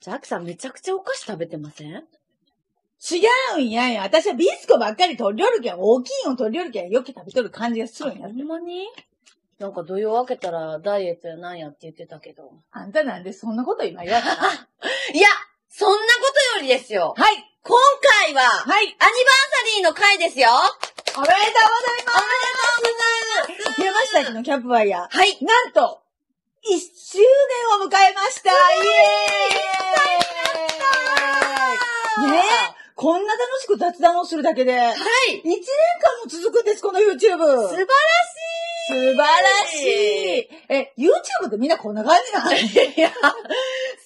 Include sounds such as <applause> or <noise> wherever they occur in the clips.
じゃあ、アキさんめちゃくちゃお菓子食べてません違うんやんや。私はビスコばっかり取り寄るけん、大きいの取り寄るけん、よく食べとる感じがするんやほ。んまになんか土曜明けたらダイエットやなんやって言ってたけど。あんたなんでそんなこと今言われたのいや、そんなことよりですよはい今回は、アニバーはいサリーの回ですよおめでとうございおめでとうございますます山下家のキャンプファイヤー。はいなんと、1周年を迎えましたイエーイねえこんな楽しく雑談をするだけで、1はい年間も続くんです、この YouTube。素晴ら素晴らしいえ、YouTube ってみんなこんな感じなの <laughs> しいいや、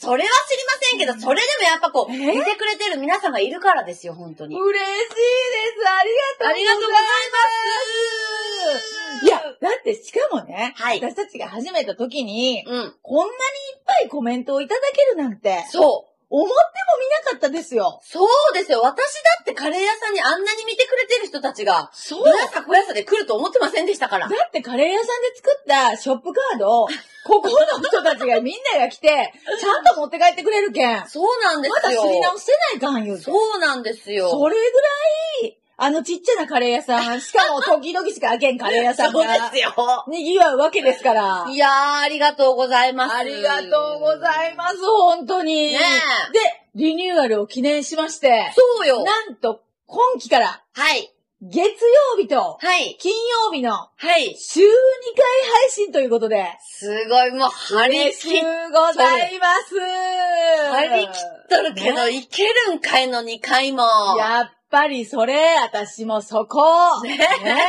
それは知りませんけど、それでもやっぱこう、見えてくれてる皆さんがいるからですよ、本当に。ですありありがとうございいや、だってしかもね、はい私たちが始めた時に、ますうん。こんなにいっぱいコメントをいただけるなんて、そう。思っても見なかったですよ。そうですよ。私だってカレー屋さんにあんなに見てくれてる人たちが、そぶらさこやさで来ると思ってませんでしたからだ。ってカレー屋さんで作ったショップカード <laughs> を、ここの人たちがみんなが来て、ちゃんと持って帰ってくれるけん、まそうなんですたよ。すり直せないかん言うて。そうなんですよ。それぐらい、あのちっちゃなカレー屋さ <laughs> ん、しかも時々しか開けんカレー屋さんそうがで、すよ。賑わうわけですから。いやー、ありがとうございます。ありがとうございます、本当に。ねえで、リニューアルを記念しまして、そうよ。なんと、今期から、はい。月曜日と、はい。金曜日の、はい。週2回配信ということで、すごい、もう、張り嬉し切ゅっ、うございます。張り切っとるけど、いけるんかいの2回も。やっぱりそれ、私もそこ。ね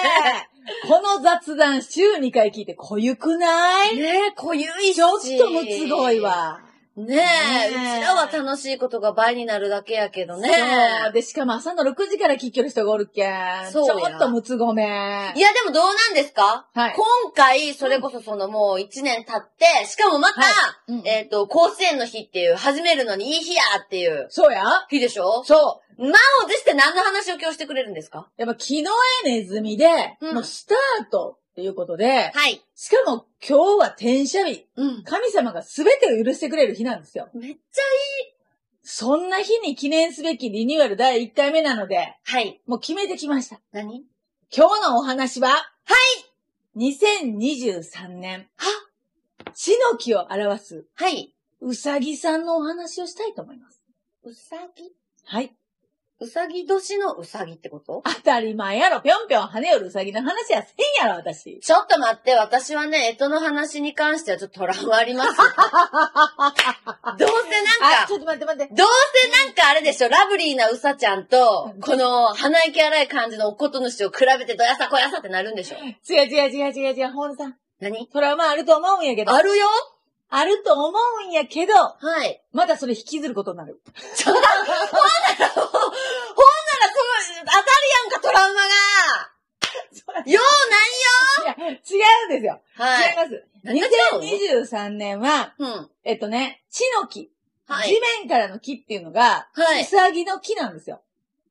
えこの雑談週2回聞いて濃ゆくないねえ、濃ゆいし。ちょっとむつごい。わ。ねえ、うねえちらは楽しいことが倍になるだけやけどね。そう。で、しかも朝の6時から聞きよる人がおるけん。そうやちょっとむつごめ。いや、でもどうなんですかはい。今回、それこそそのもう1年経って、しかもまた、はいうんえっ、と、甲子園の日っていう、始めるのにいい日やっていうそうや日でしょそう。満を持して何の話を今日してくれるんですかやっぱ、気のえネズミで、うんのスタートっていうことで、はい。しかも今日は転写日。うん。神様が全てを許してくれる日なんですよ。めっちそんな日に記念すべきリニューアル第1回目なので、ゃ、はい。もう決めてきました。何今日のお話は、はい !2023 年、は死の木を表す、はい。うさぎさんのお話をしたいと思います。うさぎはい。うさぎ年のうさぎってこと当たり前やろ、ぴょんぴょん跳ねよるうさぎの話やせんやろ、私。ちょっと待って、私はね、えとの話に関してはちょっとトラウマあり <laughs> ます。どうせなんあ、かち、ょっと待って待って。どうせなんかあれでしょ、ラブリーなうさちゃんと、この鼻息荒い感じのおこと主を比べてどやさこやさってなるんでしょ違う違う違う違う違う、ホールさん。何トラウマあると思うんやけど。あるよあると思うんやけど、はい。 <laughs> まだそれ引きずることになる。ほんなら、その、当たるやんか、トラウマがよいや、違うんですよ。うない違いよます。何が違うの2023年は、はい。うん。えっとね、地の木、は地い。面からの木っていうのが、はうい。さぎの木なんですよ。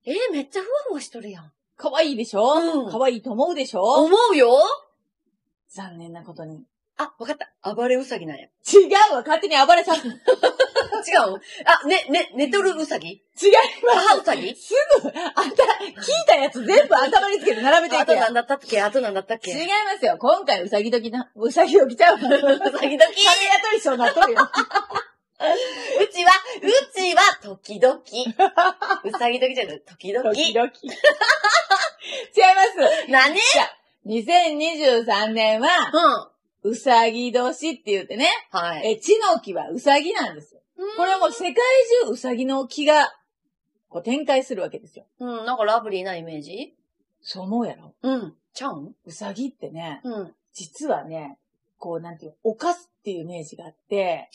えーめっちゃふわふわしとるやん。かわいいでしょうんかわいいと思うでしょ思うよ残念なことに。あ、わかった。暴れうさぎなんや。違うわ勝手に暴れさす。違い違 <laughs> うあ、ね、ね、寝とるうさぎま母うさぎす。すぐ、あた、聞いたやつ全部頭につけて並べていあくとや何ん。だったっけあと何だったっ違いけますよ。今回、うさぎ時な、うさぎ起きちゃう。うさぎ時カレー屋 <laughs> うとさぎ時一緒になっとるよ。うちは、うちは、時 <laughs> 々。うさぎ時じゃない、時々。時 <laughs> 々。違います。何2023年は、うん。うさぎ年って言ってね、はい。え、地の木はうさぎなんですよ。これはもう世界中うさぎの木が、こう展開するわけですよ。うん、なんかラブリーなイメージそう思うやろうん。ちゃうんうさぎってね、うん。実はね、こうなんていうの、犯すっていうイメージがあって、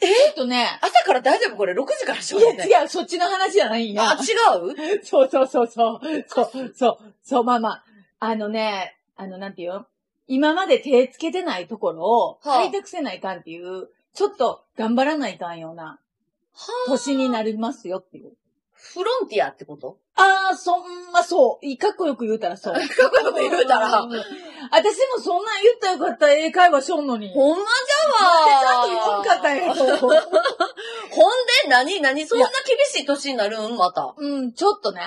えちょっとね、朝から大丈夫これ ?6 時からしょいや違う、そっちの話じゃないんやあ、。違うそうそうそうそう。そう、そう、そう、まあまあ。あのね、あの、なんていうの今まで手つけてないところをはあ開拓せないかんっていう、ちょっと頑張らないかんような年になりますよっていう。フロンティアってことああ、そんな、そう。いいかっこよく言うたらそう。かっこよく言うたら私もそんなん言ったらよかったら英会話しょんのに。ほんまじなんでちゃんと言わんかったんやと思う。何何そんな厳しい年になるんまた。うん、ちょっとね。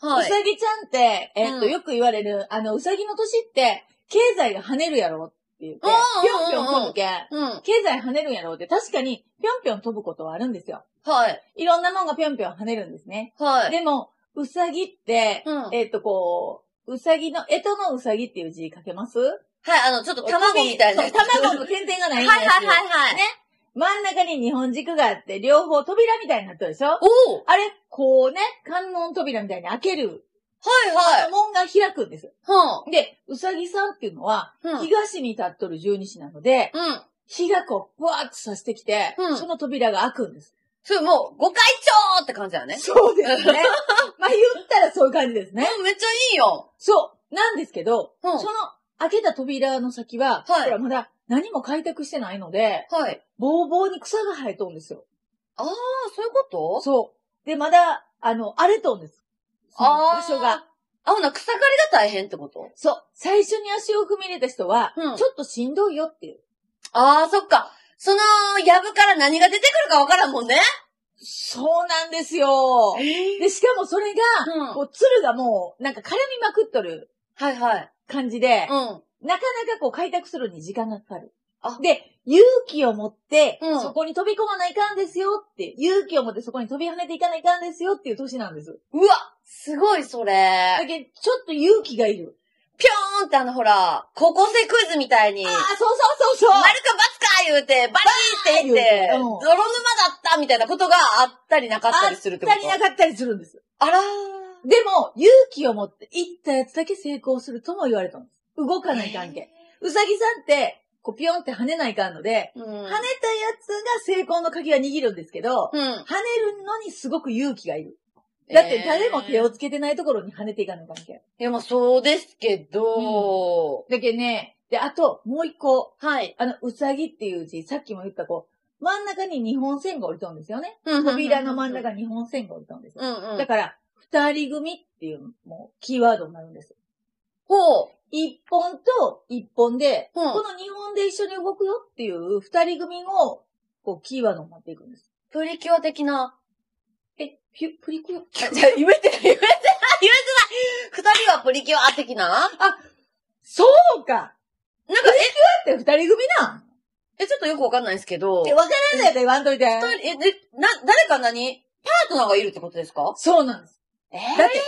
はうい。さぎちゃんって、えっと、うんよく言われる、あの、うさぎの年って、経済が跳ねるやろって言って、うんうんうんぴょんぴょん飛ぶけん、うん。経済跳ねるやろって確かに、ぴょんぴょん飛ぶことはあるんですよ。はい。いろんなもんがぴょんぴょん跳ねるんですね。はい。でも、うさぎって、うん。はい、えっと、こう、うさぎの、えとのうさぎっていう字書けますあの、ちょっと卵みたいなやつ。そう卵はの点々がないいんですはいよ。はいはい。ね真ん中に日本軸があって、両方扉みたいになってるでしょおおあれ、こうね、観音扉みたいに開ける、はいはい。門が開くんです。はで、うさぎさんっていうのは、ん。うん。東に立っとる十二支なので、うん。日がこう、ぶわーっとさしてきて、うんその扉が開くんです。それもう、ご会長って感じだよね。そうです <laughs> ね。まあ言ったらそういう感じですね。うんめっちゃいいよ。そう。なんですけど、うんその開けた扉の先は、はいほらまだ何も開拓してないので、はい。ぼうぼうに草が生えとんですよ。ああ、そういうことそう。で、まだ、あの、荒れとんです。そのあー場所が。あ、ほな、草刈りが大変ってことそう。最初に足を踏み入れた人は、うんちょっとしんどいよっていう。ああ、そっか。その、やぶから何が出てくるかわからんもんね。そうなんですよ。えで、しかもそれが、うんこう、鶴がもう、なんか絡みまくっとるはいはい。感じで、うん。なかなかこう、開拓するのに時間がかかるあ。で、勇気を持って、うんそこに飛び込まないかんですよって、勇気を持ってそこに飛び跳ねていかないかんですよっていう年なんです。うわすごいそだれ。けどちょっと勇気がいる。ぴょーんってあのほら、高校生クイズみたいに、あ丸あか、そうそうそうそう×か言うて、バリーって言って、バーン泥言うてうん沼だったみたいなことがあったりなかったりするってこあとったりなかったりするんです。あらー。でも、勇気を持って行ったやつだけ成功するとも言われたんです。動かない関係。うさぎさんって、こう、ピョンって跳ねないかんので、うん。跳ねたやつが成功の鍵は握るんですけど、うん。跳ねるのにすごく勇気がいる。だって誰も手をえーつけてないところに跳ねていかない関係。いや、まあそうですけど、だけどね、で、あと、もう一個、はい。あの、うさぎっていう字、さっきも言ったこう、真ん中に日本線が降りとんですよね。扉の真ん中に日本線が降りとんですよ。うんうん。だから、二人組っていう、もう、キーワードになるんです。ほう。一本と一本で、うんこの二本で一緒に動くよっていう二人組を、こう、キーワードになっていくんです。プリキュア的な。 <laughs> え、ピュ、プリキュじゃあ、言えてない、言えてない、言えてない二人はプリキュア的ななんか、そうかえ、だって二人組なんえ、ちょっとよくわかんないですけど、え、わからないやつ言わんといて。二人え、で、な、誰か何パートナーがいるってことですかそうなんです。えだって、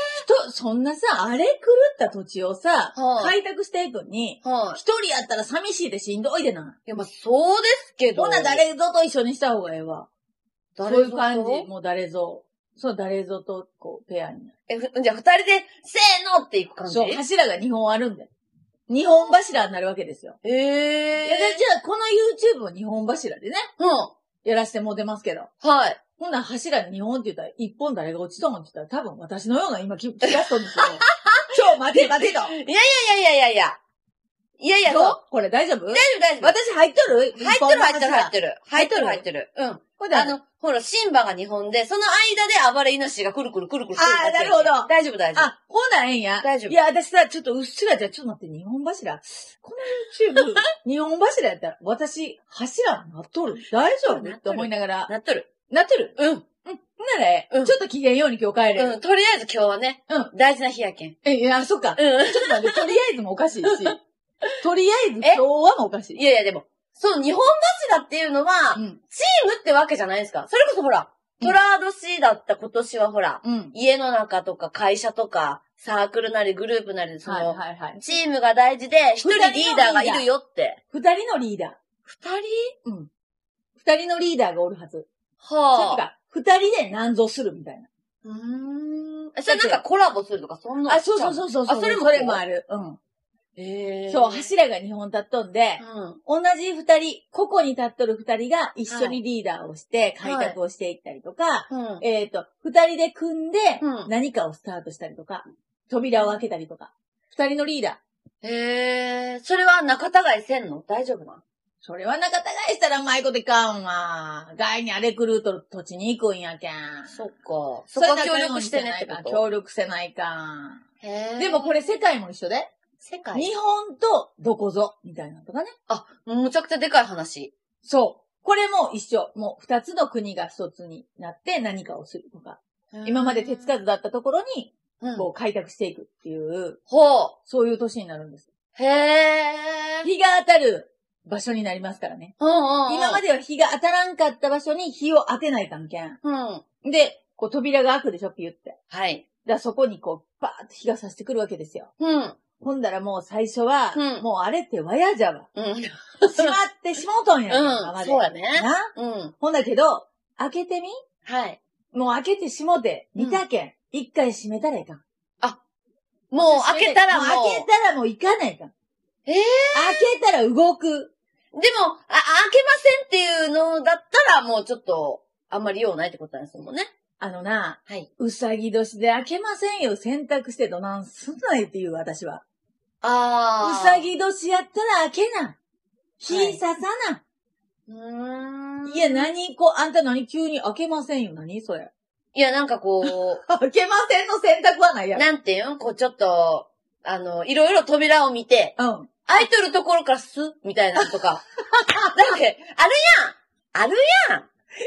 人、そんなさ、荒れ狂った土地をさ、はい開拓していくのに、はい。一人やったら寂しいでしんどいでな。いや、まあ、そうですけど。ほな、誰ぞと一緒にした方がええわ。そ誰ういう感じ。ぞともう誰ぞ。そう、誰ぞと、こう、ペアになる。え、ふじゃあ、二人で、せーのっていく感じそう、柱が2本あるんだよ。2本柱になるわけですよ。えいえや、でじゃあ、この YouTube を2本柱でね、うやらせてもうてますけど。ん。はい。ほんなら柱に2本って言ったら、1本誰が落ちとんって言ったら、多分私のような今気気がしとん <laughs> ですよ。ちょ、待て待てと。いやいやいやいや。いやいや、どそううこれ大丈夫大丈夫大丈夫。私入っとる入ってる入ってる入ってる。入入っっててるる入ってる。うん。ほああの、ほら、シンバが日本で、その間で暴れイノシシがくるくるくるくるくあーなるほど大丈夫大丈夫。あ、ほなええんや。大丈夫いや、私さ、ちょっとうっすらじゃ、ちょっと待って、日本柱。この <laughs> YouTube、日本柱やったら、私、柱なっとる。大な丈っと夫ると思いながら、なっとる。なっとる。うん。ほんならええうんちょっと機嫌ように今日帰れうる。ん。とりあえず今日はね。うん。大事な日やけん。え、いや、そっか。ちょうん。っと待って、とりあえずもおかしいし。とりあえず今え日はもおかしい。いやいや、でも、その日本柱っていうのは、うん。チームってわけじゃないですか。それこそほら、うんトラード C だった今年はほら、うん。家の中とか会社とか、サークルなりグループなりでそはいの、はいはい。チームが大事で、一人リーダーがいるよって。二人のリーダー。二うん。二人のリーダーがおるはず。人それはあ。か、二人で何ぞするみたいな。うーん。えそれなんかコラボするとか、そんな。あ、そうそうそうそうそう。あそれもそれもある。うん。へーそう、柱が2本立っとんで、うん。同じ2人、個々に立っとる2人が一緒にリーダーをして、はい開拓をしていったりとか、うん。えっ、と、2人で組んでうん、何かをスタートしたりとか、扉を開けたりとか、2人のリーダー。へえ、それは仲違いせんの大丈夫なそれは仲違いしたらうまいこといかんわ。外にあれ狂うとる土地に行くんやけん。そっか。そこは協力してねってこそれ仲良くせないかんと。協力せないかん。へーでもこれ世界も一緒で、世界日本とどこぞ、みたいなのとかね。あ、むちゃくちゃでかい話。そこれも一緒。もう二つの国が一つになって何かをするとか、今まで手つかずだったところに、うんこう開拓していくっていう、ほう。そういう年になるんです。へえ。日が当たる場所になりますからね。うんうんうん。今までは日が当たらんかった場所に日を当てない関係。うん。で、こう扉が開くでしょ、ピュって。だかはい。らそこにこう、バーッと日が差してくるわけですよ。うん。ほんだらもう最初は、うんもうあれってわやじゃわ。 <laughs> うん。しまってしもうとんや。今うまん。でそうやね。なうん。ほんだけど、開けてみはい。もう開けてしもて、見たけん。一、回閉めたらいかん。もう開けたらもう。開けたらもう行かないかん。えー開けたら動く。でも、あ、開けませんっていうのだったら、もうちょっと、あんまり用ないってことなんですもんね。あのな、はい。うさぎ年で開けませんよ選択してどなんすんないっていう私は。あうー。さ。ぎ年やったら開けな。火刺さな。うーん。い、や、何こう、あんた何急に開けませんよ。何それ。いや、なんかこ開けませんの選択はないう、やろ。なん <laughs> ていうんこうちょっと、あの、いろいろ扉を見て、うん。空いてるところからすみたいなのとか。だって、 <laughs> あるやんある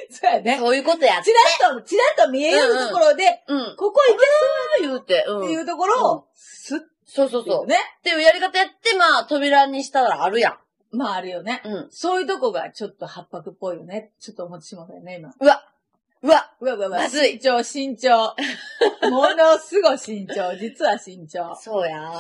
そうややんね。そういうことや。ちらっと、ちらっと見えるところで、うん。ここ行言うて、うん。けっていうところうんを、スッそうそうていそうう。ね。っていうやり方やって、まあ、扉にしたらあるやまああるよね。ん。うん。そういうとこがちょっと八白っぽいよね。ちょっと思ってしまったよね、今。うわうわうわうわうわ。まずい慎重、<laughs> 慎重。ものすごい慎重。実は慎重。そうや。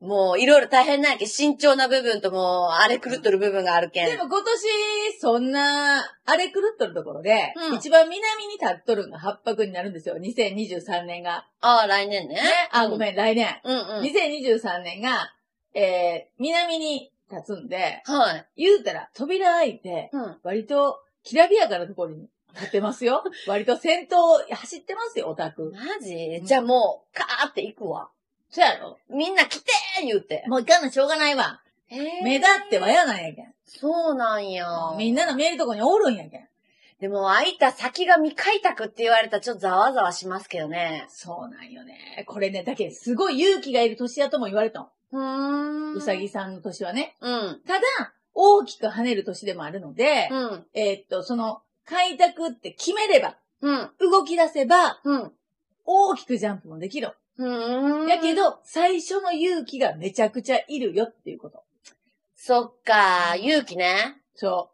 もう、いろいろ大変なんやけん、慎重な部分ともう、あれ狂っとる部分があるけん。でも今年、そんな、あれ狂っとるところで、うん一番南に立っとるのが八白になるんですよ。2023年が。ああ、来年ね。あ、ごめん、来年。うんうん。 2023年が、えー、南に立つんで、はい。言うたら扉開いて、うん。割と、きらびやかなところに立ってま <laughs> すよ。割と先頭走ってますよ、オタク。マジじゃあもう、カーって行くわ。そうやろみんな来てー言うて。もう行かんのしょうがないわ。目立ってはや。やなんやけん。そうなんや。みんなの見えるとこにおるんやけん。でも、開いた先が未開拓って言われたら、ちょっとざわざわしますけどね。そうなんよね。これね、だけどすごい勇気がいる年だとも言われたの。うーん。うさぎ。さんの年はね。うん。ただ、大きく跳ねる年でもあるので、うん。えーっと、その、開拓って決めれば、うん。動き出せば、うん。大きくジャンプもできる。うーん。やけど、最初の勇気がめちゃくちゃいるよっていうこと。そっか、勇気ね。そ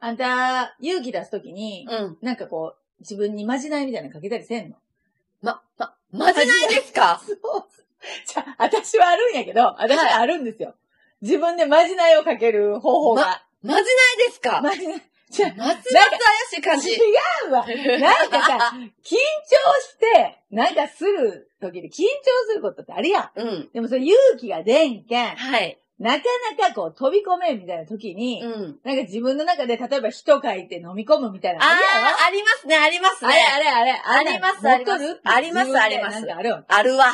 う。あんた、勇気出すときに、うん。なんかこう、自分にまじないみたいなのかけたりせんのま、ま、まじないですかそう。じゃあ、私はあるんやけど、私はあるんですよ。自分でまじないをかける方法が。まじないですかまじない。じゃあ、ますます怪しい感じ。違うわ。なんかさ、緊張して、なんかする時で緊張することってあるやん。うん。でもそれ勇気が出んけん、はい。なかなかこう飛び込めんみたいな時に、うん。なんか自分の中で例えば人書いて飲み込むみたいあなのるやろー、ありますね、ありますあれあね。れあれ、あありますあります持っとるあります自分でありますなんかあるよ。あるわ。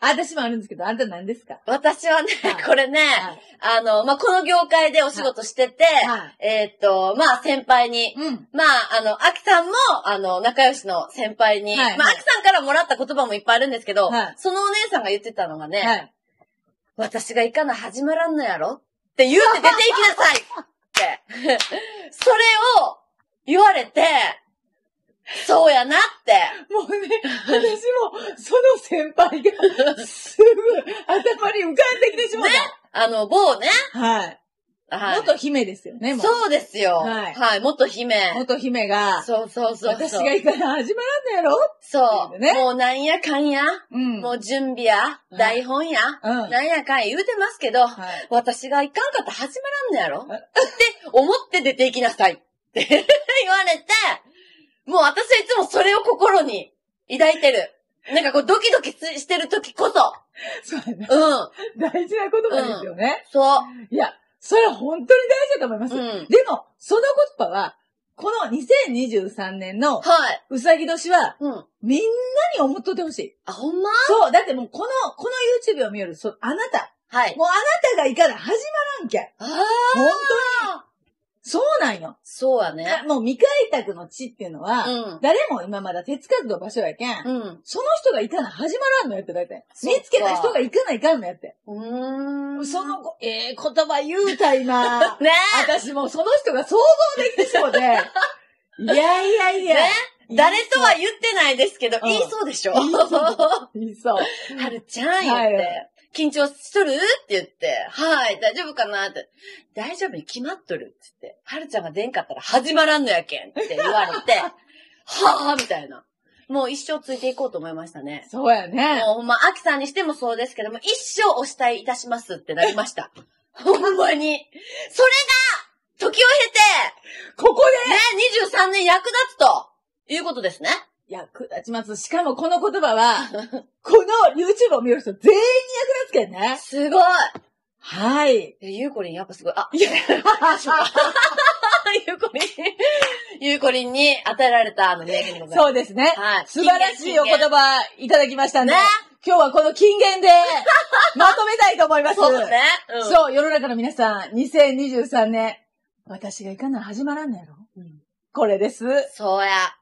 私もあるんですけど、あんた何ですか私はねはい、これね、はいあの、まあ、この業界でお仕事してて、はいえーっと、まあ、先輩に、うん。まあ、あの、アキさんも、あの、仲良しの先輩に、はいまあ、アキさんからもらった言葉もいっぱいあるんですけど、はいそのお姉さんが言ってたのがね、はい。私が行かな始まらんのやろって言うて出て行きなさいって。 <laughs> それを言われて、そうやなって。もうね、私も、その先輩が、すぐ、頭に浮かんできてしまっねあの、某ね。た。はい。はい。元姫ですよね、もう。そうですよ。ははいい。元姫。元姫が、そうそうそう。私が行かな始まらんのやろそう。ねもうなんやかんや。うんもう準備や。い台本や。うんなんやかんや言うてますけど、はい。私が行かんかったら始まらんのやろって思って出て行きなさいって <laughs> 言われて、もう私はいつもそれを心に抱いてる。なんかこうドキドキつしてる時こそ。そうやね。うん。大事な言葉ですよね。そう。いや、それは本当に大事だと思います。うん。でも、その言葉は、この2023年のはい。うさぎ年は、うん。みんなに思っとってほしい。あ、ほんまそう、だってもうこの、この YouTube を見よる、そあなた、はい。もうあなたが行かな始まらんけん。あ本当にあ。そうなんよ。そうやね。もう未開拓の地っていうのは、うん。誰も今まだ手つかずの場所やけん、うん。その人が行かな始まらんのやって、だいたい。そっか見つけた人が行かないかんのやって。うーん。。その子、ええ言葉言うたいなね <laughs> 私もうその人が想像できてし <laughs> もて。いやいやいえや。ね誰とは言ってないですけど、うん言いそうでしょ言いそう <laughs> は言いそう。るちゃん言っはて。緊張しとるって言って、はい、大丈夫かなって。大丈夫に決まっとるって言って、はるちゃんが出んかったら始まらんのやけんって言われ <laughs> て、はぁみたいな。もう一生ついていこうと思いましたね。そうやもね。うほんま、アキさんにしてもそうですけども、一生お慕いいたしますってなりま <laughs> した。ほんまに。それが、時をここ経て、ね、23年役立つと、いうことですね。で役立ちます。しかもこの言葉 <laughs> は、この YouTube を見る人全員に役立つけんね。すごい。はい。えゆうこりん、やっぱすごい。あ、いや <laughs> ゆうこりん。 <laughs> ゆうこりんに与えられた、あの、名言でございます。 <laughs> そうですね。はい。素晴らしいお言金言葉いただきましたんで、ね今日はこの金 <laughs> 言でまとめたいと思います。そうね。うんそう、世の中の皆さん、2023年、私がいかな始まらんのやろ、うんこれです。そうや。